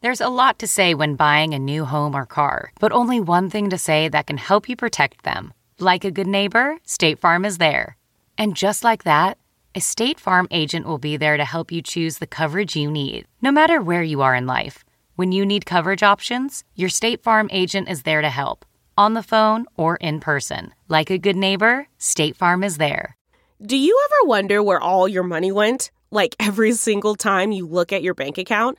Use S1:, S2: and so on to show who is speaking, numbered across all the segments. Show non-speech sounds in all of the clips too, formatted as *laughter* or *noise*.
S1: There's a lot to say when buying a new home or car, but only one thing to say that can help you protect them. Like a good neighbor, State Farm is there. And just like that, a State Farm agent will be there to help you choose the coverage you need, no matter where you are in life. When you need coverage options, your State Farm agent is there to help, on the phone or in person. Like a good neighbor, State Farm is there.
S2: Do you ever wonder where all your money went? Like every single time you look at your bank account?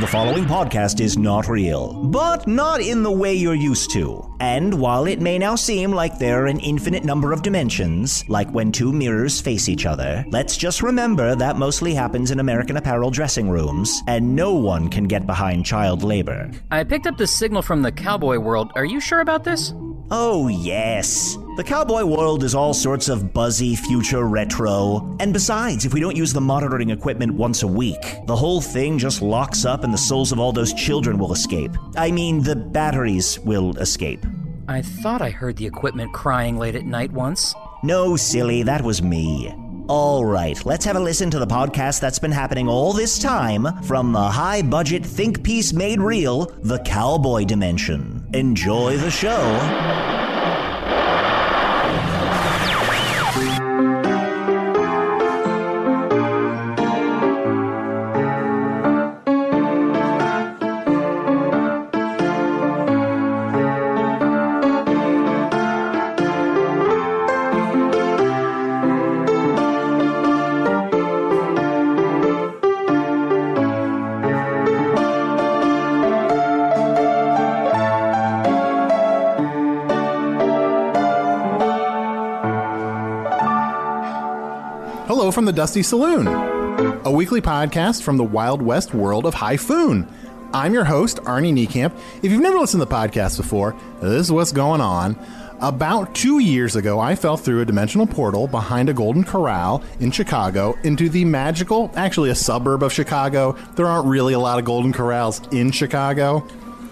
S3: The following podcast is not real, but not in the way you're used to. And while it may now seem like there are an infinite number of dimensions, like when two mirrors face each other, let's just remember that mostly happens in American apparel dressing rooms, and no one can get behind child labor.
S4: I picked up this signal from the cowboy world. Are you sure about this?
S3: Oh, yes. The cowboy world is all sorts of buzzy future retro. And besides, if we don't use the monitoring equipment once a week, the whole thing just locks up and the souls of all those children will escape. I mean, the batteries will escape.
S4: I thought I heard the equipment crying late at night once.
S3: No, silly, that was me. All right, let's have a listen to the podcast that's been happening all this time from the high budget think piece made real, The Cowboy Dimension. Enjoy the show.
S5: Hello from the Dusty Saloon, a weekly podcast from the Wild West world of Hyphoon. I'm your host, Arnie Niekamp. If you've never listened to the podcast before, this is what's going on. About two years ago, I fell through a dimensional portal behind a golden corral in Chicago into the magical, actually a suburb of Chicago. There aren't really a lot of golden corrals in Chicago.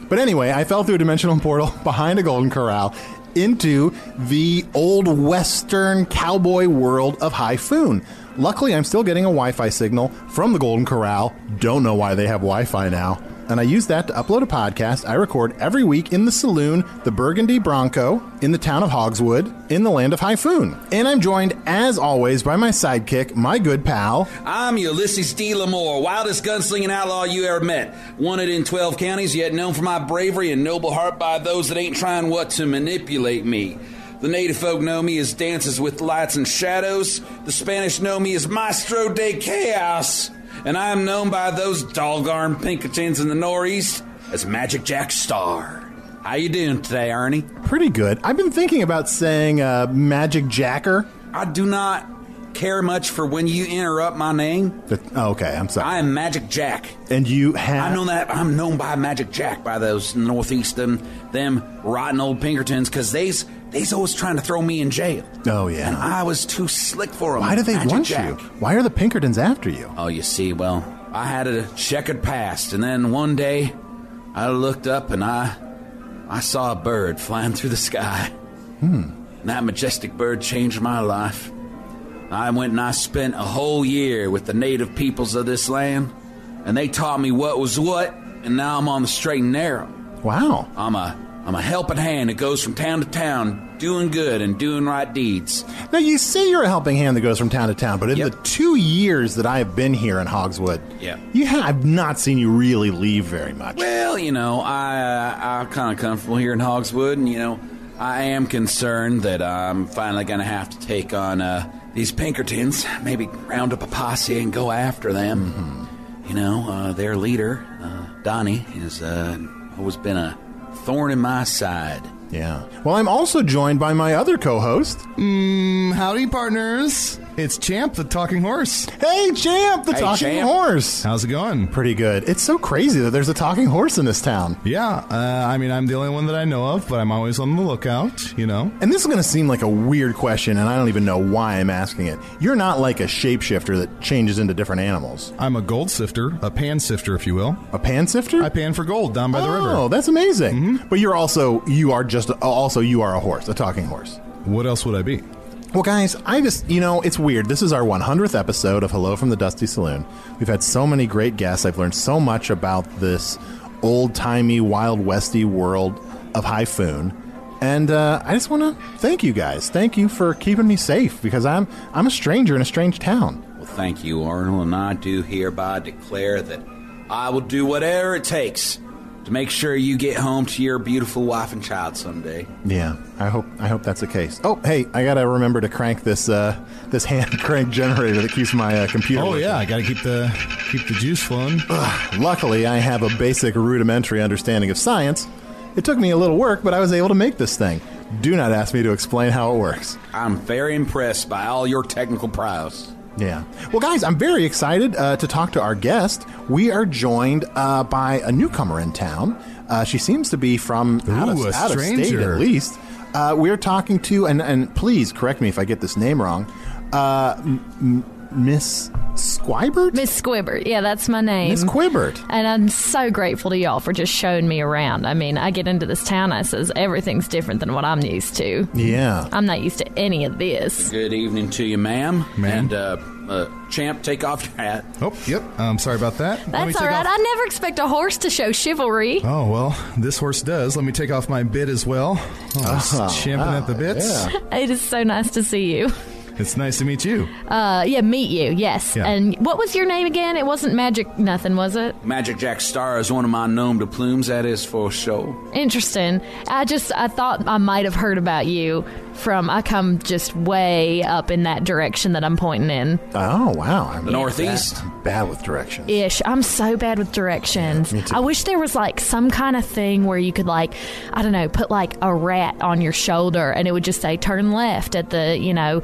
S5: But anyway, I fell through a dimensional portal *laughs* behind a golden corral into the old western cowboy world of Hyphoon. Luckily, I'm still getting a Wi Fi signal from the Golden Corral. Don't know why they have Wi Fi now. And I use that to upload a podcast I record every week in the saloon, the Burgundy Bronco, in the town of Hogswood, in the land of Hyphoon. And I'm joined, as always, by my sidekick, my good pal,
S6: I'm Ulysses D. Lamore, wildest gunslinging outlaw you ever met. Wanted in 12 counties, yet known for my bravery and noble heart by those that ain't trying what to manipulate me. The native folk know me as Dances with Lights and Shadows. The Spanish know me as Maestro de Chaos. And I am known by those doggone Pinkertons in the Northeast as Magic Jack Star. How you doing today, Ernie?
S5: Pretty good. I've been thinking about saying uh, Magic Jacker.
S6: I do not care much for when you interrupt my name.
S5: But- oh, okay, I'm sorry.
S6: I am Magic Jack.
S5: and you have.
S6: I know that I'm known by Magic Jack by those northeastern them rotten old Pinkertons because they's they's always trying to throw me in jail.
S5: Oh, yeah.
S6: and I was too slick for them.
S5: Why do they
S6: Magic
S5: want
S6: Jack.
S5: you? Why are the Pinkertons after you?
S6: Oh, you see, well, I had a checkered past, and then one day I looked up and I I saw a bird flying through the sky. Hmm. That majestic bird changed my life. I went and I spent a whole year with the native peoples of this land, and they taught me what was what, and now I'm on the straight and narrow.
S5: Wow.
S6: I'm a I'm a helping hand that goes from town to town, doing good and doing right deeds.
S5: Now, you say you're a helping hand that goes from town to town, but in
S6: Yep.
S5: the two years that I have been here in Hogswood,
S6: Yeah.
S5: you ha- I've not seen you really leave very much.
S6: Well, you know, I I'm kind of comfortable here in Hogswood, and you know, I am concerned that I'm finally going to have to take on uh, These Pinkertons maybe round up a posse and go after them. You know, uh, their leader, uh, Donnie, has uh, always been a thorn in my side.
S5: Yeah. Well, I'm also joined by my other co host.
S7: Mm, Howdy, partners. It's Champ, the talking horse.
S5: Hey, Champ, the
S6: Hey,
S5: talking
S6: Champ.
S5: horse.
S7: How's it going?
S5: Pretty good. It's so crazy that there's a talking horse in this town.
S7: Yeah, uh, I mean, I'm the only one that I know of, but I'm always on the lookout, you know?
S5: And this is going to seem like a weird question, and I don't even know why I'm asking it. You're not like a shapeshifter that changes into different animals.
S7: I'm a gold sifter, a pan sifter, if you will.
S5: A pansifter?
S7: I pan for gold down by the
S5: Oh,
S7: river. Mm-hmm.
S5: that's amazing. But you're also you are just also you are a horse, a talking horse.
S7: What else would I be?
S5: Well, guys, I just, you know, it's weird. This is our 100th episode of Hello from the Dusty Saloon. We've had so many great guests. I've learned so much about this old timey, wild westy world of Hyphoon. And uh, I just want to thank you guys. Thank you for keeping me safe because I'm I'm a stranger in a strange town.
S6: Well, thank you, Arnold, and I do hereby declare that I will do whatever it takes to make sure you get home to your beautiful wife and child someday.
S5: Yeah, I hope I hope that's the case. Oh, hey, I gotta remember to crank this uh, this hand *laughs* crank generator that keeps my uh, computer.
S7: Oh,
S5: working.
S7: yeah, I gotta keep the keep the juice flowing. Oh,
S5: Luckily, I have a basic rudimentary understanding of science. It took me a little work, but I was able to make this thing. Do not ask me to explain how it works.
S6: I'm very impressed by all your technical prowess.
S5: Yeah. Well, guys, I'm very excited uh, to talk to our guest. We are joined uh, by a newcomer in town. Uh, she seems to be from out, of,
S7: Ooh, a
S5: out of state,
S7: stranger.
S5: at least. Uh, we're talking to, and, and please correct me if I get this name wrong, uh, M- M- Miss Squibert?
S8: Miss Squibbert, yeah, that's my name.
S5: Miss Quibbert.
S8: and I'm so grateful to y'all for just showing me around. I mean, I get into this town, I says everything's different than what I'm used to.
S5: Yeah.
S8: I'm not used to any of this.
S6: Good evening to you, ma'am.
S7: Ma'am.
S6: And, uh, uh, champ, take off your hat.
S7: *laughs* Oh, yep, I'm sorry about that. Let me
S8: That's
S7: take
S8: all
S7: off-
S8: right. I never expect a horse to show chivalry.
S7: Oh, well, this horse does. Let me take off my bit as well. Oh,
S5: Oh,
S7: it's champing at the
S5: ah,
S7: bits.
S5: yeah.
S8: It is so nice to see you.
S7: It's nice to meet you.
S8: Uh, yeah, meet you, yes.
S7: Yeah.
S8: And what was your name again? It wasn't Magic Nothing, was it?
S6: Magic Jack Star is one of my nom de plumes, that is for sure.
S8: Interesting. I just I thought I might have heard about you from I come just way up in that direction that I'm pointing in.
S5: Oh, wow. I'm
S6: The Northeast?
S5: bad- bad with directions.
S8: Ish. I'm so bad with directions. I wish there was like some kind of thing where you could like I don't know, put like a rat on your shoulder and it would just say turn left at the, you know,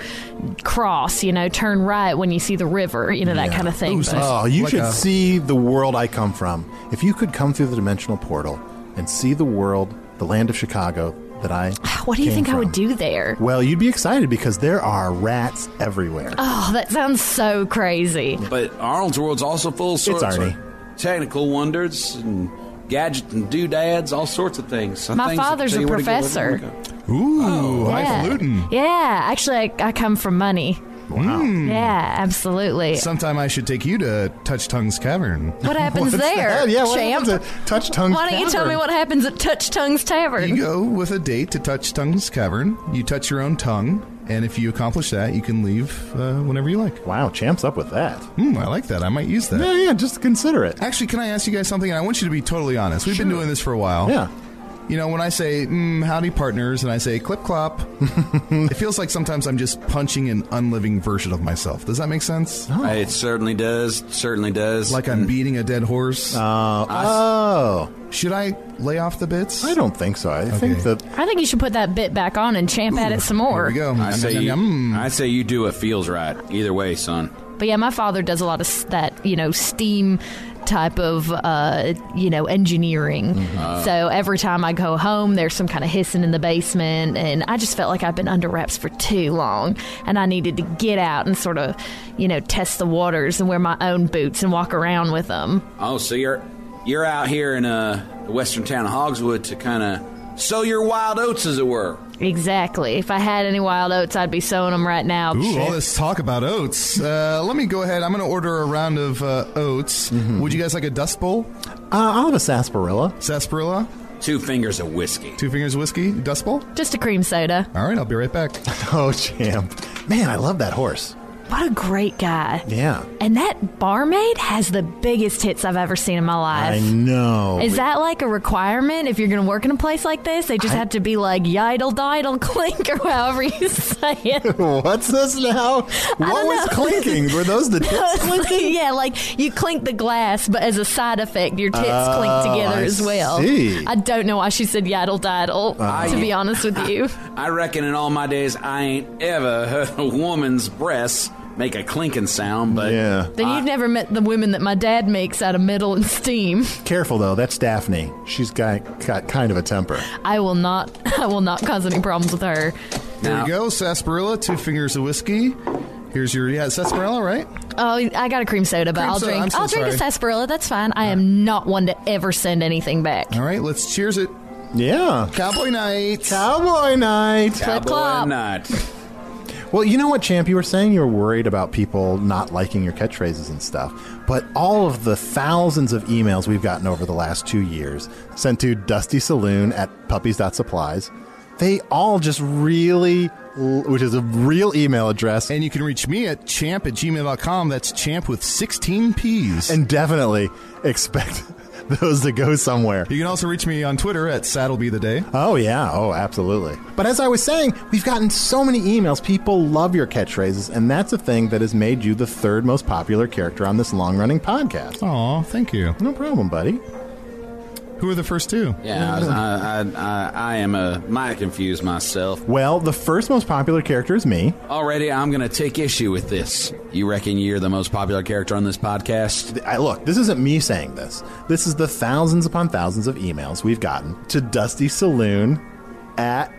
S8: cross, you know, turn right when you see the river, you know, that kind of thing.
S7: Ooh,
S8: But-
S7: so-
S5: Oh, you
S7: Like
S5: should
S7: a-
S5: see the world I come from. If you could come through the dimensional portal and see the world, the land of Chicago that I.
S8: *sighs* what do you
S5: came
S8: think I
S5: from.
S8: would do there?
S5: Well, you'd be excited because there are rats everywhere.
S8: Oh, that sounds so crazy.
S6: But Arnold's world's also full of sorts
S5: Arnie.
S6: of technical wonders and gadgets and doodads, all sorts of things. Some
S8: My
S6: things that
S8: father's
S6: tell
S8: a
S6: you where to go, where to
S8: professor.
S6: go, where to go.
S8: Oh,
S7: Ooh, highfalutin.
S8: Yeah, actually, I, I come from money.
S5: wow.
S8: hmm. Yeah, absolutely.
S7: Sometime I should take you to Touch Tongue's Cavern.
S8: what happens
S5: What's
S8: there,
S5: that? Yeah, what
S8: champ?
S5: happens at Touch Tongue's
S8: Why don't you tell
S5: Tavern?
S8: me what happens at Touch Tongue's Tavern?
S7: You go with a date to Touch Tongue's Cavern. You touch your own tongue, and if you accomplish that, you can leave uh, whenever you like.
S5: Wow, champs up with that.
S7: Hmm, I like that. I might use that.
S5: Yeah, yeah, just consider it.
S7: Actually, can I ask you guys something? And I want you to be totally honest. We've been doing this for a while.
S5: Yeah.
S7: You know, when I say mm, "Howdy, partners," and I say "Clip clop,"
S5: *laughs*
S7: it feels like sometimes I'm just punching an unliving version of myself. Does that make sense?
S6: It certainly does. Certainly does.
S7: Oh. Like I'm beating a dead horse.
S5: Uh, Oh,
S7: Should I lay off the bits?
S5: I don't think so. I think that. uh,
S8: I think you should put that bit back on and champ at it some
S7: Here
S8: more.
S7: we go.
S6: I say,
S7: Yum,
S6: you,
S7: yum, yum.
S6: I say you do what feels right. Either way, son.
S8: But yeah, my father does a lot of s- that, you know, steam type of, uh, you know, engineering.
S7: Mm-hmm.
S8: So every time I go home, there's some kind of hissing in the basement, and I just felt like I've been under wraps for too long, and I needed to get out and sort of, you know, test the waters and wear my own boots and walk around with them.
S6: Oh, so you're you're out here in uh, the western town of Hogswood to kind of sow your wild oats, as it were.
S8: Exactly. If I had any wild oats, I'd be sowing them right now.
S7: Ooh, all this talk about oats. Uh, let me go ahead. I'm going to order a round of uh, oats.
S5: Mm-hmm.
S7: Would you guys like a dust bowl?
S5: Uh, I'll have a sarsaparilla. *laughs*
S7: Sarsaparilla?
S6: Two fingers of whiskey.
S7: Two fingers whiskey? Dust bowl?
S8: Just a cream soda.
S7: All right, I'll be right back.
S5: Oh, champ. Man, I love that horse.
S8: What a great guy.
S5: Yeah.
S8: And that barmaid has the biggest tits I've ever seen in my
S5: I
S8: life.
S5: know.
S8: Is that like a requirement if you're going to work in a place like this? They just have to be like yidle didle *laughs* clink or however you say
S5: *laughs*
S8: it.
S5: What's this now? What
S8: don't
S5: was
S8: know. *laughs*
S5: clinking? Were those the tits clinking?
S8: yeah, like you clink the glass, but as a side effect, your tits
S5: Oh,
S8: clink together
S5: I
S8: as well.
S5: see. Oh.
S8: I don't know why she said yidle didle. to be honest
S5: *laughs*
S8: with you,
S6: I reckon in all my days I ain't ever heard a woman's breasts make a clinking sound, but
S5: Yeah.
S8: then you've never met the women that my dad makes out of metal and steam.
S5: Careful though, that's Daphne. She's got, got kind of a temper.
S8: I will not. *laughs* I will not cause any problems with her.
S7: There
S6: Now-
S7: you go, sarsaparilla, two fingers of whiskey. Here's your yeah, sarsaparilla, right?
S8: Oh, I got a cream soda, but
S7: Cream
S8: I'll
S7: soda, I'm
S8: drink.
S7: so
S8: I'll drink a
S7: sorry.
S8: sarsaparilla. That's fine. I am not one to ever send anything back.
S7: All right, let's cheers it.
S5: Yeah.
S7: Cowboy night.
S5: Cowboy night.
S8: Flip
S6: Cowboy
S8: flop.
S6: not.
S5: Well, you know what, Champ? You were saying you were worried about people not liking your catchphrases and stuff, but all of the thousands of emails we've gotten over the last two years sent to Dusty Saloon at puppies.supplies, they all just really, l- which is a real email address,
S7: And you can reach me at champ at gmail.com. That's champ with 16 P's.
S5: and definitely expect *laughs* those to go somewhere.
S7: you can also reach me on Twitter at Saddleby the Day.
S5: Oh, yeah. Oh, absolutely. But as I was saying, we've gotten so many emails. People love your catchphrases, and that's a thing that has made you the third most popular character on this long running podcast.
S7: Aw, thank you.
S5: No problem, buddy.
S7: Who are the first two?
S6: Yeah, I, was- I, I, I, I am a might confuse myself.
S5: Well, the first most popular character is me.
S6: Already, I'm gonna take issue with this. You reckon you're the most popular character on this podcast?
S5: I, look, this isn't me saying this. This is the thousands upon thousands of emails we've gotten to Dusty Saloon at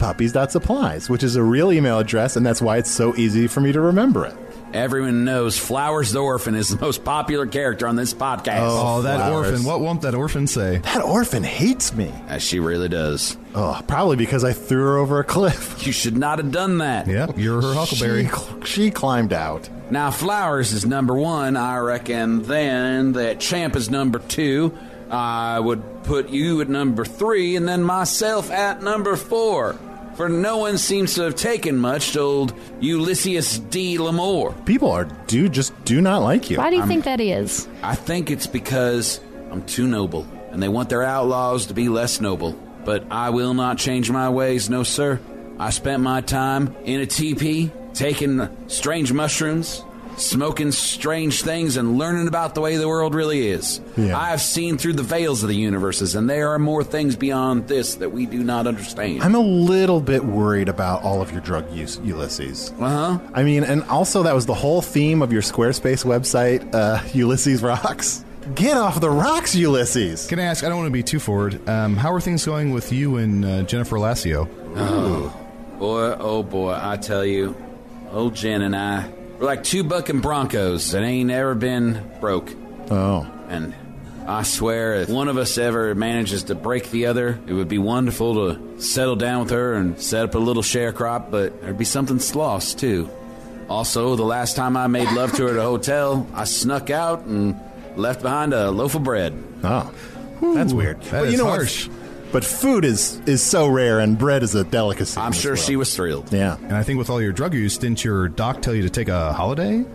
S5: puppies.supplies, which is a real email address, and that's why it's so easy for me to remember it.
S6: Everyone knows Flowers the Orphan is the most popular character on this podcast.
S7: Oh, that
S5: flowers.
S7: orphan. What won't that orphan say?
S5: That orphan hates me.
S6: Uh, she really does.
S5: Oh, probably because I threw her over a cliff.
S6: You should not have done that.
S7: Yep, you're her huckleberry.
S5: She, cl- she climbed out.
S6: Now, Flowers is number one, I reckon. Then that Champ is number two. I would put you at number three, and then myself at number four. For no one seems to have taken much to old Ulysses D. Lamore.
S5: People are do just do not like you.
S8: Why do you think that is?
S6: I think it's because I'm too noble, and they want their outlaws to be less noble. But I will not change my ways, no sir. I spent my time in a teepee, taking strange mushrooms, smoking strange things, and learning about the way the world really is.
S5: Yeah.
S6: I have seen through the veils of the universes, and there are more things beyond this that we do not understand.
S5: I'm a little bit worried about all of your drug use, Ulysses.
S6: uh huh.
S5: I mean, and also that was the whole theme of your Squarespace website, uh, *laughs* Ulysses Rocks. Get off the rocks, Ulysses.
S7: Can I ask? I don't want to be too forward. Um, how are things going with you and uh, Jennifer Lassio?
S6: Boy, oh boy, I tell you, old Jen and I, we're like two bucking Broncos that ain't ever been broke.
S5: Oh,
S6: And I swear, if one of us ever manages to break the other, it would be wonderful to settle down with her and set up a little sharecrop, but there'd be something lost, too. Also, the last time I made love to her at a hotel, I snuck out and left behind a loaf of bread.
S5: oh, that's weird.
S7: that
S5: but you
S7: is
S5: know what?
S7: harsh.
S5: But food is is so rare, and bread is a delicacy. in
S6: I'm
S5: this
S6: sure
S5: world.
S6: she was thrilled.
S5: Yeah.
S7: And I think with all your drug use, didn't your doc tell you to take a holiday?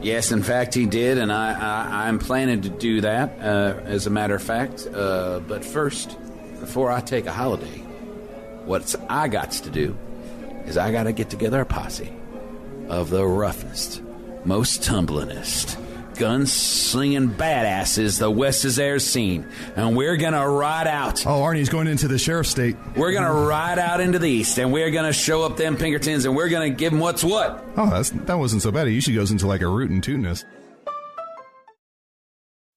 S6: Yes, in fact, he did, and I, I, I'm planning to do that, uh, as a matter of fact. Uh, but first, before I take a holiday, what I got to do is I got to get together a posse of the roughest, most tumblingest, gun-slinging badasses the West has ever seen, and we're going to ride out.
S7: Oh, Arnie's going into the sheriff's state.
S6: We're going to ride out into the east, and we're going to show up them Pinkertons, and we're going to give them what's what.
S7: Oh, that's, that wasn't so bad. He usually goes into like a root and tootiness.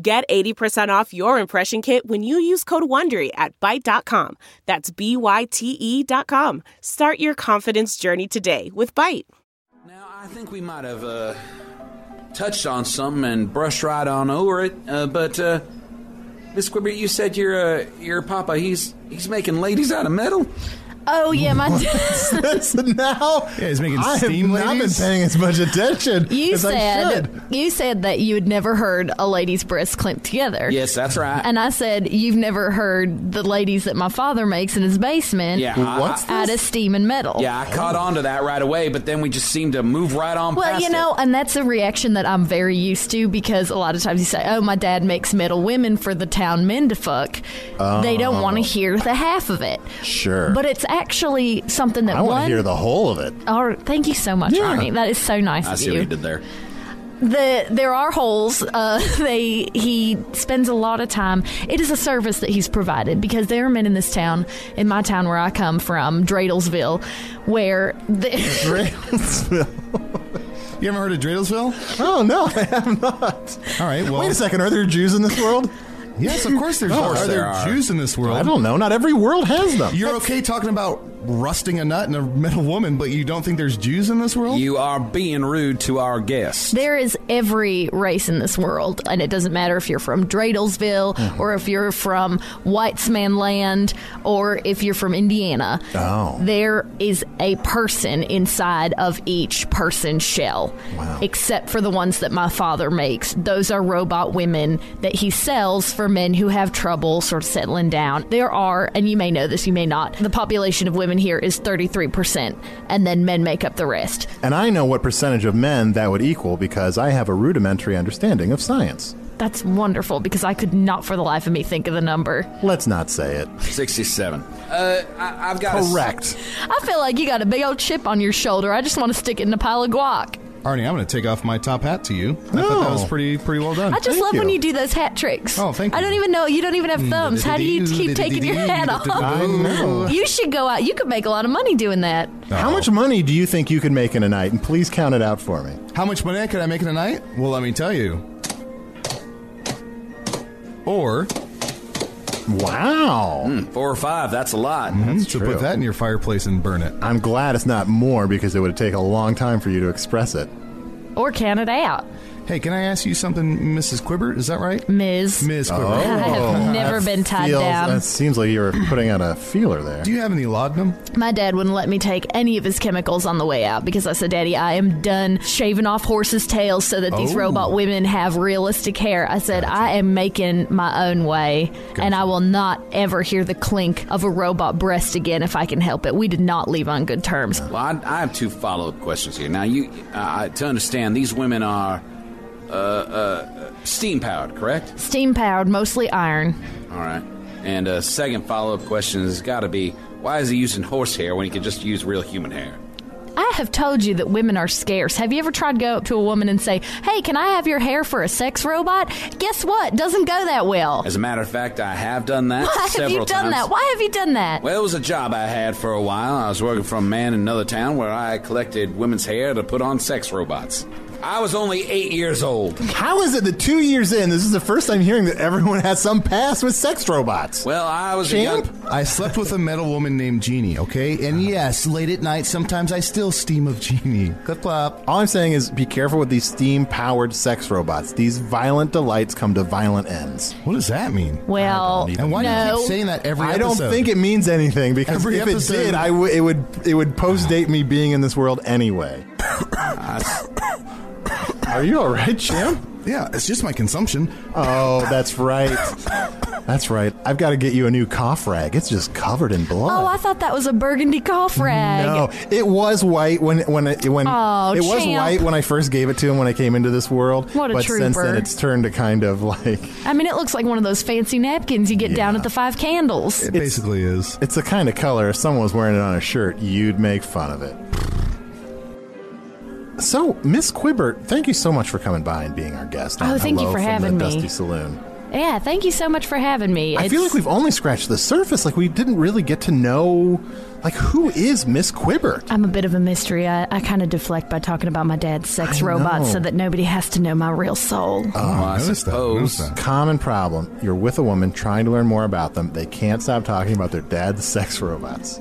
S2: Get 80% off your impression kit when you use code WONDERY at Byte.com. That's B-Y-T-E E dot com. Start your confidence journey today with Byte.
S6: Now, I think we might have uh, touched on something and brushed right on over it, uh, but uh, Miss Quibbert, you said your uh, your papa he's he's making ladies out of metal.
S8: Oh yeah, my
S5: *laughs* That's now.
S7: Yeah, he's making
S5: I have
S7: steam
S5: not been
S7: ladies.
S5: paying as much attention
S8: you
S5: as I should.
S8: said you said that you had never heard a lady's breasts clamped together.
S6: Yes, that's right.
S8: And I said you've never heard the ladies that my father makes in his basement
S6: yeah, I-
S5: What's
S6: I,
S8: out of steam and metal.
S6: yeah, I caught on to that right away, but then we just seemed to move right on.
S8: Well,
S6: past
S8: you know, and that's a reaction that I'm very used to because a lot of times you say, "Oh, my dad makes metal women for the town men to fuck." They don't want to hear the half of it.
S5: Sure.
S8: But it's actually something that
S5: I want to
S8: one.
S5: hear the whole
S8: *laughs*
S5: of it.
S8: Oh, thank you so much,
S5: Yeah.
S8: Arnie. That is so nice
S6: it. I
S8: of
S6: see what
S8: you.
S6: you did there.
S8: The there are holes. Uh, *laughs* they he spends a lot of time. It is a service that he's provided because there are men in this town, in my town where I come from, Dreidelsville, where the, *laughs*
S7: Dreidelsville. you ever heard of Dreidelsville?
S5: Oh no, *laughs* I have not.
S7: All right, well.
S5: Wait a second. Are there Jews in this world?
S7: Yes, of course there's
S5: Of course
S7: are
S5: there
S7: there
S5: are.
S7: Jews in this world.
S5: I don't know. Not every world has them.
S7: You're okay talking about rusting a nut in a metal woman, but you don't think there's Jews in this world?
S6: You are being rude to our guests.
S8: There is every race in this world, and it doesn't matter if you're from Dreidelsville
S5: Mm-hmm.
S8: or if you're from Whitesman Land or if you're from Indiana.
S5: Oh.
S8: There is a person inside of each person's shell,
S5: Wow.
S8: except for the ones that my father makes. Those are robot women that he sells for men who have trouble sort of settling down. There are, and you may know this, you may not, the population of women here is 33%, and then men make up the rest.
S5: and I know what percentage of men that would equal because I have a rudimentary understanding of science.
S8: That's wonderful because I could not for the life of me think of the number.
S5: Let's not say it.
S6: Sixty-seven. Uh, I, I've got a s-
S5: Correct.
S8: I feel like you got a big old chip on your shoulder. I just want to stick it in a pile of guac.
S7: Arnie, I'm going to take off my top hat to you. I thought that
S5: No.
S7: was pretty pretty well done.
S8: I just
S5: Thank
S8: love when
S5: you.
S8: you do those hat tricks.
S7: Oh, thank you.
S8: I
S7: Mm,
S8: don't even know. You don't even have thumbs. How do you keep taking your hat
S7: I
S8: off?
S7: know.
S8: You should go out. You could make a lot of money doing that.
S5: How much money do you think you could make in a night? And please count it out for me.
S7: How much money could I make in a night? Well, let me tell you. Or
S5: Wow.
S6: four or five. That's a lot.
S7: to Hmm, put that in your fireplace and burn it.
S5: I'm glad it's not more because it would take a long time for you to express it.
S8: Or count it out.
S7: Hey, can I ask you something, Mrs. Quibbert? Is that right?
S8: Ms.
S7: Ms.
S8: I
S7: Quibbert.
S5: Oh.
S8: have never
S5: That
S8: been tied
S5: feels-
S8: down.
S5: That seems like you're putting out a feeler there.
S7: Do you have any laudanum?
S8: My dad wouldn't let me take any of his chemicals on the way out because I said, Daddy, I am done shaving off horses' tails so that these
S7: Oh.
S8: robot women have realistic hair. I said, I am making my own way and I will not ever hear the clink of a robot breast again if I can help it. We did not leave on good terms.
S6: Well, I, I have two follow-up questions here. Now, you uh, to understand, these women are uh, uh, steam-powered, correct?
S8: Steam powered, mostly iron.
S6: All right. And uh, second follow-up question has got to be, why is he using horse hair when he could just use real human hair?
S8: I have told you that women are scarce. Have you ever tried to go up to a woman and say, Hey, can I have your hair for a sex robot? Guess what? Doesn't go that well.
S6: As a matter of fact, I have done that
S8: Why *laughs* have
S6: several
S8: you done
S6: times.
S8: that? Why have you done that?
S6: Well, it was a job I had for a while. I was working for a man in another town where I collected women's hair to put on sex robots. I was only eight years old.
S5: How is it that two years in, this is the first time hearing that everyone has some past with sex robots?
S6: Well, I was a
S5: Champ? Uh-huh.
S6: young.
S7: I slept with a metal woman named Jeannie, okay? And yes, late at night, sometimes I still steam of Jeannie. Clip clop.
S5: All I'm saying is be careful with these steam powered sex robots. These violent delights come to violent ends.
S7: What does that mean?
S8: Well,
S7: And why do you
S8: no.
S7: keep saying that every
S5: I don't
S7: episode?
S5: think it means anything because
S7: Every
S5: if
S7: episode-
S5: it did, I w- it would it would postdate me being in this world
S7: *coughs*
S5: anyway. Are you all right, champ?
S7: Yeah, it's just my consumption.
S5: Oh, that's right. That's right. I've got to get you a new cough rag. It's just covered in blood.
S8: Oh, I thought that was a burgundy cough rag.
S5: No, it was white when when it, when
S8: Aw,
S5: it was
S8: Oh, champ.
S5: white when I first gave it to him when I came into this world.
S8: What a
S5: but since then,
S8: trooper.
S5: it's turned to kind of like
S8: I mean, it looks like one of those fancy napkins you get down
S5: Yeah.
S8: at the Five Candles.
S7: It basically is.
S5: it's the kind of color. If someone was wearing it on a shirt, you'd make fun of it. So, Miss Quibbert, thank you so much for coming by and being our guest. on
S8: Oh, thank you
S5: Hello
S8: for
S5: from the
S8: having me.
S5: Dusty Saloon.
S8: yeah, thank you so much for having me.
S5: I feel like we've only scratched the surface. Like we didn't really get to know, like who is Miss Quibbert?
S8: I'm a bit of a mystery. I, I kind of deflect by talking about my dad's sex
S5: I know.
S8: robots
S5: Uh,
S8: so that nobody has to know my real soul.
S6: Oh, I
S7: noticed that, noticed
S6: suppose.
S7: that.
S5: Common problem. You're with a woman trying to learn more about them. They can't stop talking about their dad's sex robots.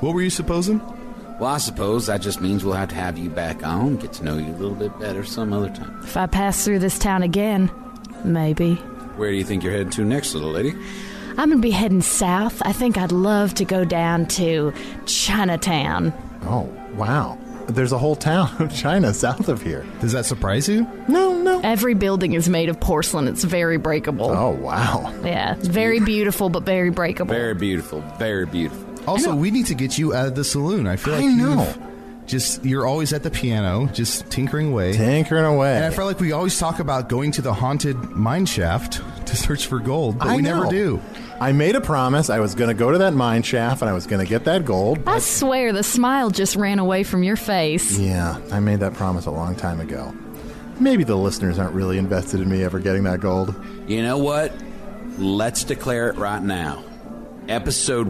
S7: What were you supposing?
S6: Well, I suppose that just means we'll have to have you back on, get to know you a little bit better some other time.
S8: if I pass through this town again, maybe.
S6: Where do you think you're heading to next, little lady?
S8: I'm going to be heading south. I think I'd love to go down to Chinatown.
S5: Oh, wow. There's a whole town *laughs* of China south of here.
S7: Does that surprise you?
S5: No, no.
S8: Every building is made of porcelain. It's very breakable.
S5: Oh, wow.
S8: Yeah, it's very beautiful, but very breakable.
S6: Very beautiful, very beautiful.
S7: Also, we need to get you out of the saloon. I feel
S5: I
S7: like
S5: know.
S7: you've Just you're always at the piano, just tinkering away.
S5: Tinkering away.
S7: And I felt like we always talk about going to the haunted mine shaft to search for gold, but
S5: I
S7: we never
S5: know.
S7: do.
S5: I made a promise. I was going to go to that mine shaft and I was going to get that gold.
S8: I swear the smile just ran away from your face.
S5: Yeah, I made that promise a long time ago. Maybe the listeners aren't really invested in me ever getting that gold.
S6: You know what? Let's declare it right now. Episode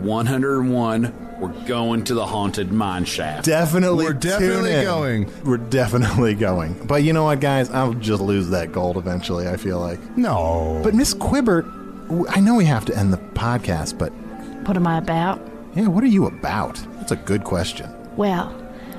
S6: 101, we're going to the haunted mine shaft.
S5: Definitely,
S7: We're definitely
S5: tune in.
S7: going.
S5: We're definitely going. But you know what, guys? I'll just lose that gold eventually. I feel like.
S7: No.
S5: But Miss Quibbert, w- I know we have to end the podcast, but
S8: What am I about?
S5: yeah, what are you about? That's a good question.
S8: Well,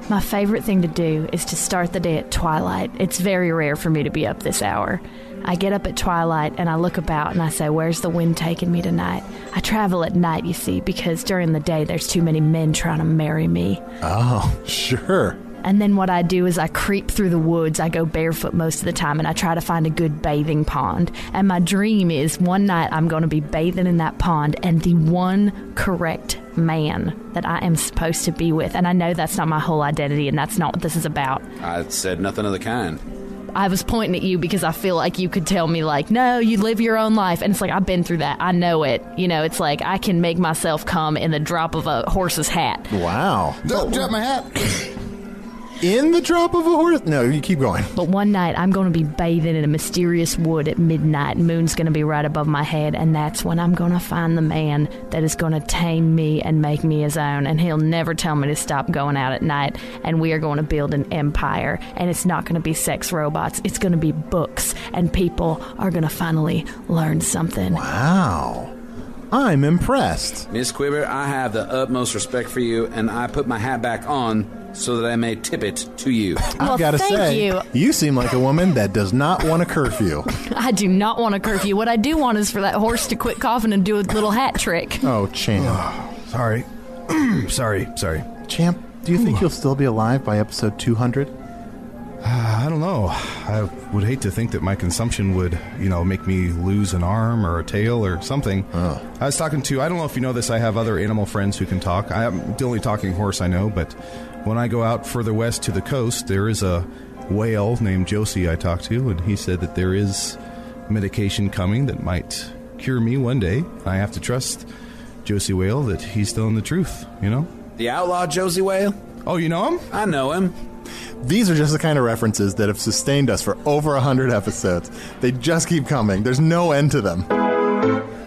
S8: my favorite thing to do is to start the day at twilight. It's very rare for me to be up this hour. I get up at twilight and I look about and I say, Where's the wind taking me tonight? I travel at night, you see, because during the day there's too many men trying to marry me.
S5: Oh, *laughs* sure.
S8: And then what I do is I creep through the woods. I go barefoot most of the time and I try to find a good bathing pond. And my dream is one night I'm going to be bathing in that pond and the one correct man that I am supposed to be with. And I know that's not my whole identity and that's not what this is about.
S6: I said nothing of the kind.
S8: I was pointing at you because I feel like you could tell me, like, no, you live your own life. And it's like, I've been through that. I know it. You know, it's like I can make myself come in the drop of a horse's hat.
S5: Wow.
S7: Don't drop my hat.
S5: *coughs* In the drop of a horse? No, you keep going.
S8: But one night I'm going to be bathing in a mysterious wood at midnight. Moon's going to be right above my head, and that's when I'm going to find the man that is going to tame me and make me his own. And he'll never tell me to stop going out at night. And we are going to build an empire. And it's not going to be sex robots, it's going to be books. And people are going to finally learn something.
S5: Wow. I'm impressed.
S6: Miss Quiver, I have the utmost respect for you, and I put my hat back on so that I may tip it to you.
S8: Well,
S5: I've got to
S8: thank
S5: say,
S8: you.
S5: seem like a woman that does not want a curfew.
S8: I do not want a curfew. What I do want is for that horse to quit coughing and do a little hat trick.
S5: Oh, champ. *clears throat*
S7: Sorry. sorry, sorry.
S5: champ, do you think you'll still be alive by episode 200?
S7: I don't know. I would hate to think that my consumption would, you know, make me lose an arm or a tail or something. I was talking to, I don't know if you know this, I have other animal friends who can talk. I'm the only talking horse I know, but when I go out further west to the coast, there is a whale named Josie I talked to, and he said that there is medication coming that might cure me one day. I have to trust Josie Whale that he's telling the truth, you know?
S6: The outlaw Josie Whale?
S7: Oh, you know him?
S6: I know him.
S5: These are just the kind of references that have sustained us for over 100 episodes. They just keep coming, there's no end to them.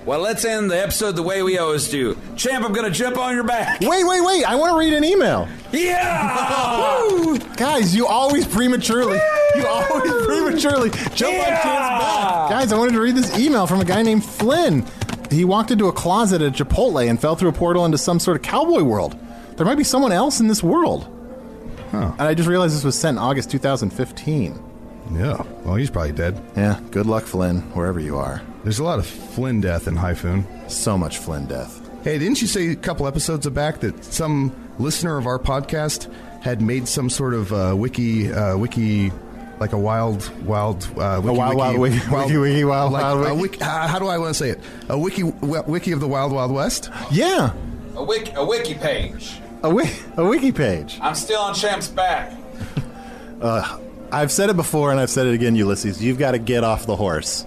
S6: Well, let's end the episode the way we always do. Champ, I'm gonna jump on your back.
S5: Wait, wait, wait, I want to read an email.
S6: Yeah! *laughs*
S5: Guys, you always prematurely. You you always prematurely jump on kids' back. Guys, I wanted to read this email from a guy named Flynn. He walked into a closet at Chipotle and fell through a portal into some sort of cowboy world. There might be someone else in this world. And I just realized this was sent in August 2015.
S7: Yeah. Well, he's probably dead.
S5: Yeah, good luck, Flynn, wherever you are.
S7: There's a lot of Flynn death in Hyphoon.
S5: So much Flynn death.
S7: Hey, didn't you say a couple episodes back that some listener of our podcast had made some sort of uh, wiki, uh, wiki, like a wild, wild, uh, wiki,
S5: wild, wild wiki- wiki, wiki, wild,
S7: like
S5: wild
S7: a
S5: wiki?
S7: wiki- uh, how do I want to say it? A wiki, w- wiki of the Wild Wild West.
S5: Yeah,
S6: A wiki, a wiki page.
S5: a, wi- a wiki page.
S6: I'm still on Champ's back.
S5: I've said it before and I've said it again, Ulysses. You've got to get off the horse.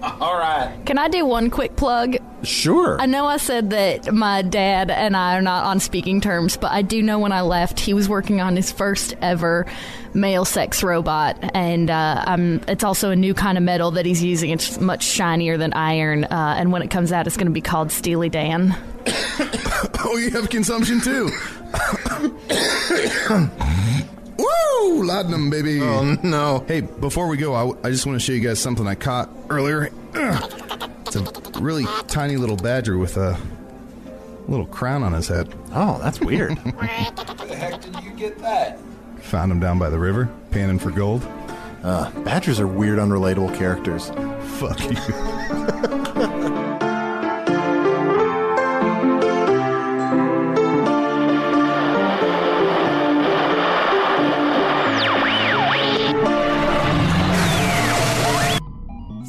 S6: All right.
S8: Can I do one quick plug?
S5: Sure.
S8: I know I said that my dad and I are not on speaking terms, but I do know when I left, he was working on his first ever male sex robot, and uh, um, it's also a new kind of metal that he's using. It's much shinier than iron, uh, and when it comes out, it's going to be called Steely Dan.
S7: *laughs* Oh, you have consumption too. *coughs* Woo! Laudanum, baby. Oh, no. Hey, before we go, I, w- I just want to show you guys something I caught earlier. Ugh. It's a really tiny little badger with a little crown on his head.
S5: oh, that's
S7: *laughs*
S5: weird.
S6: Where the heck did you get that?
S7: Found him down by the river, panning for gold.
S5: Badgers are weird, unrelatable characters.
S7: Fuck you.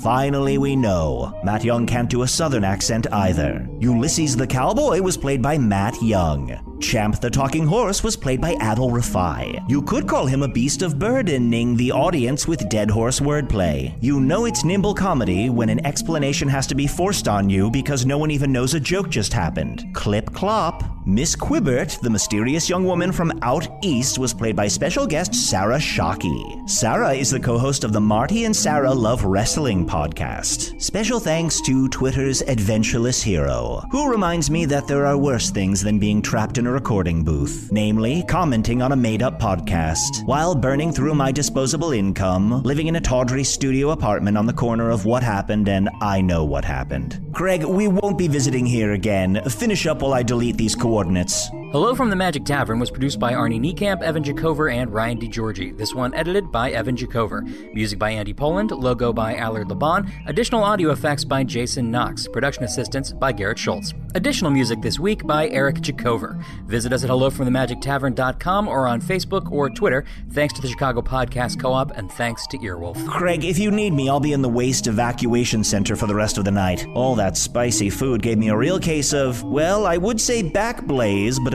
S3: Finally, we know. Matt Young can't do a southern accent either. Ulysses the Cowboy was played by Matt Young. Champ the Talking Horse was played by Adol Rafai. You could call him a beast of burdening the audience with dead horse wordplay. You know it's nimble comedy when an explanation has to be forced on you because no one even knows a joke just happened. Clip clop. Miss Quibbert, the mysterious young woman from out east, was played by special guest Sarah Shockey. Sarah is the co host of the Marty and Sarah Love Wrestling podcast. Special thanks to Twitter's adventureless hero, who reminds me that there are worse things than being trapped in a recording booth, namely commenting on a made up podcast while burning through my disposable income, living in a tawdry studio apartment on the corner of What Happened and I Know What Happened. Craig, we won't be visiting here again. Finish up while I delete these coordinates.
S4: Hello from the Magic Tavern was produced by Arnie Niekamp, Evan Jacover, and Ryan DiGiorgi. This one edited by Evan Jacover. Music by Andy Poland, logo by Allard Laban, additional audio effects by Jason Knox, production assistance by Garrett Schultz. Additional music this week by Eric Jacover. Visit us at hellofromthemagictavern.com or on Facebook or Twitter. Thanks to the Chicago Podcast Co-op and thanks to Earwolf.
S3: Craig, if you need me, I'll be in the waste evacuation center for the rest of the night. All that spicy food gave me a real case of, well, I would say back blaze, but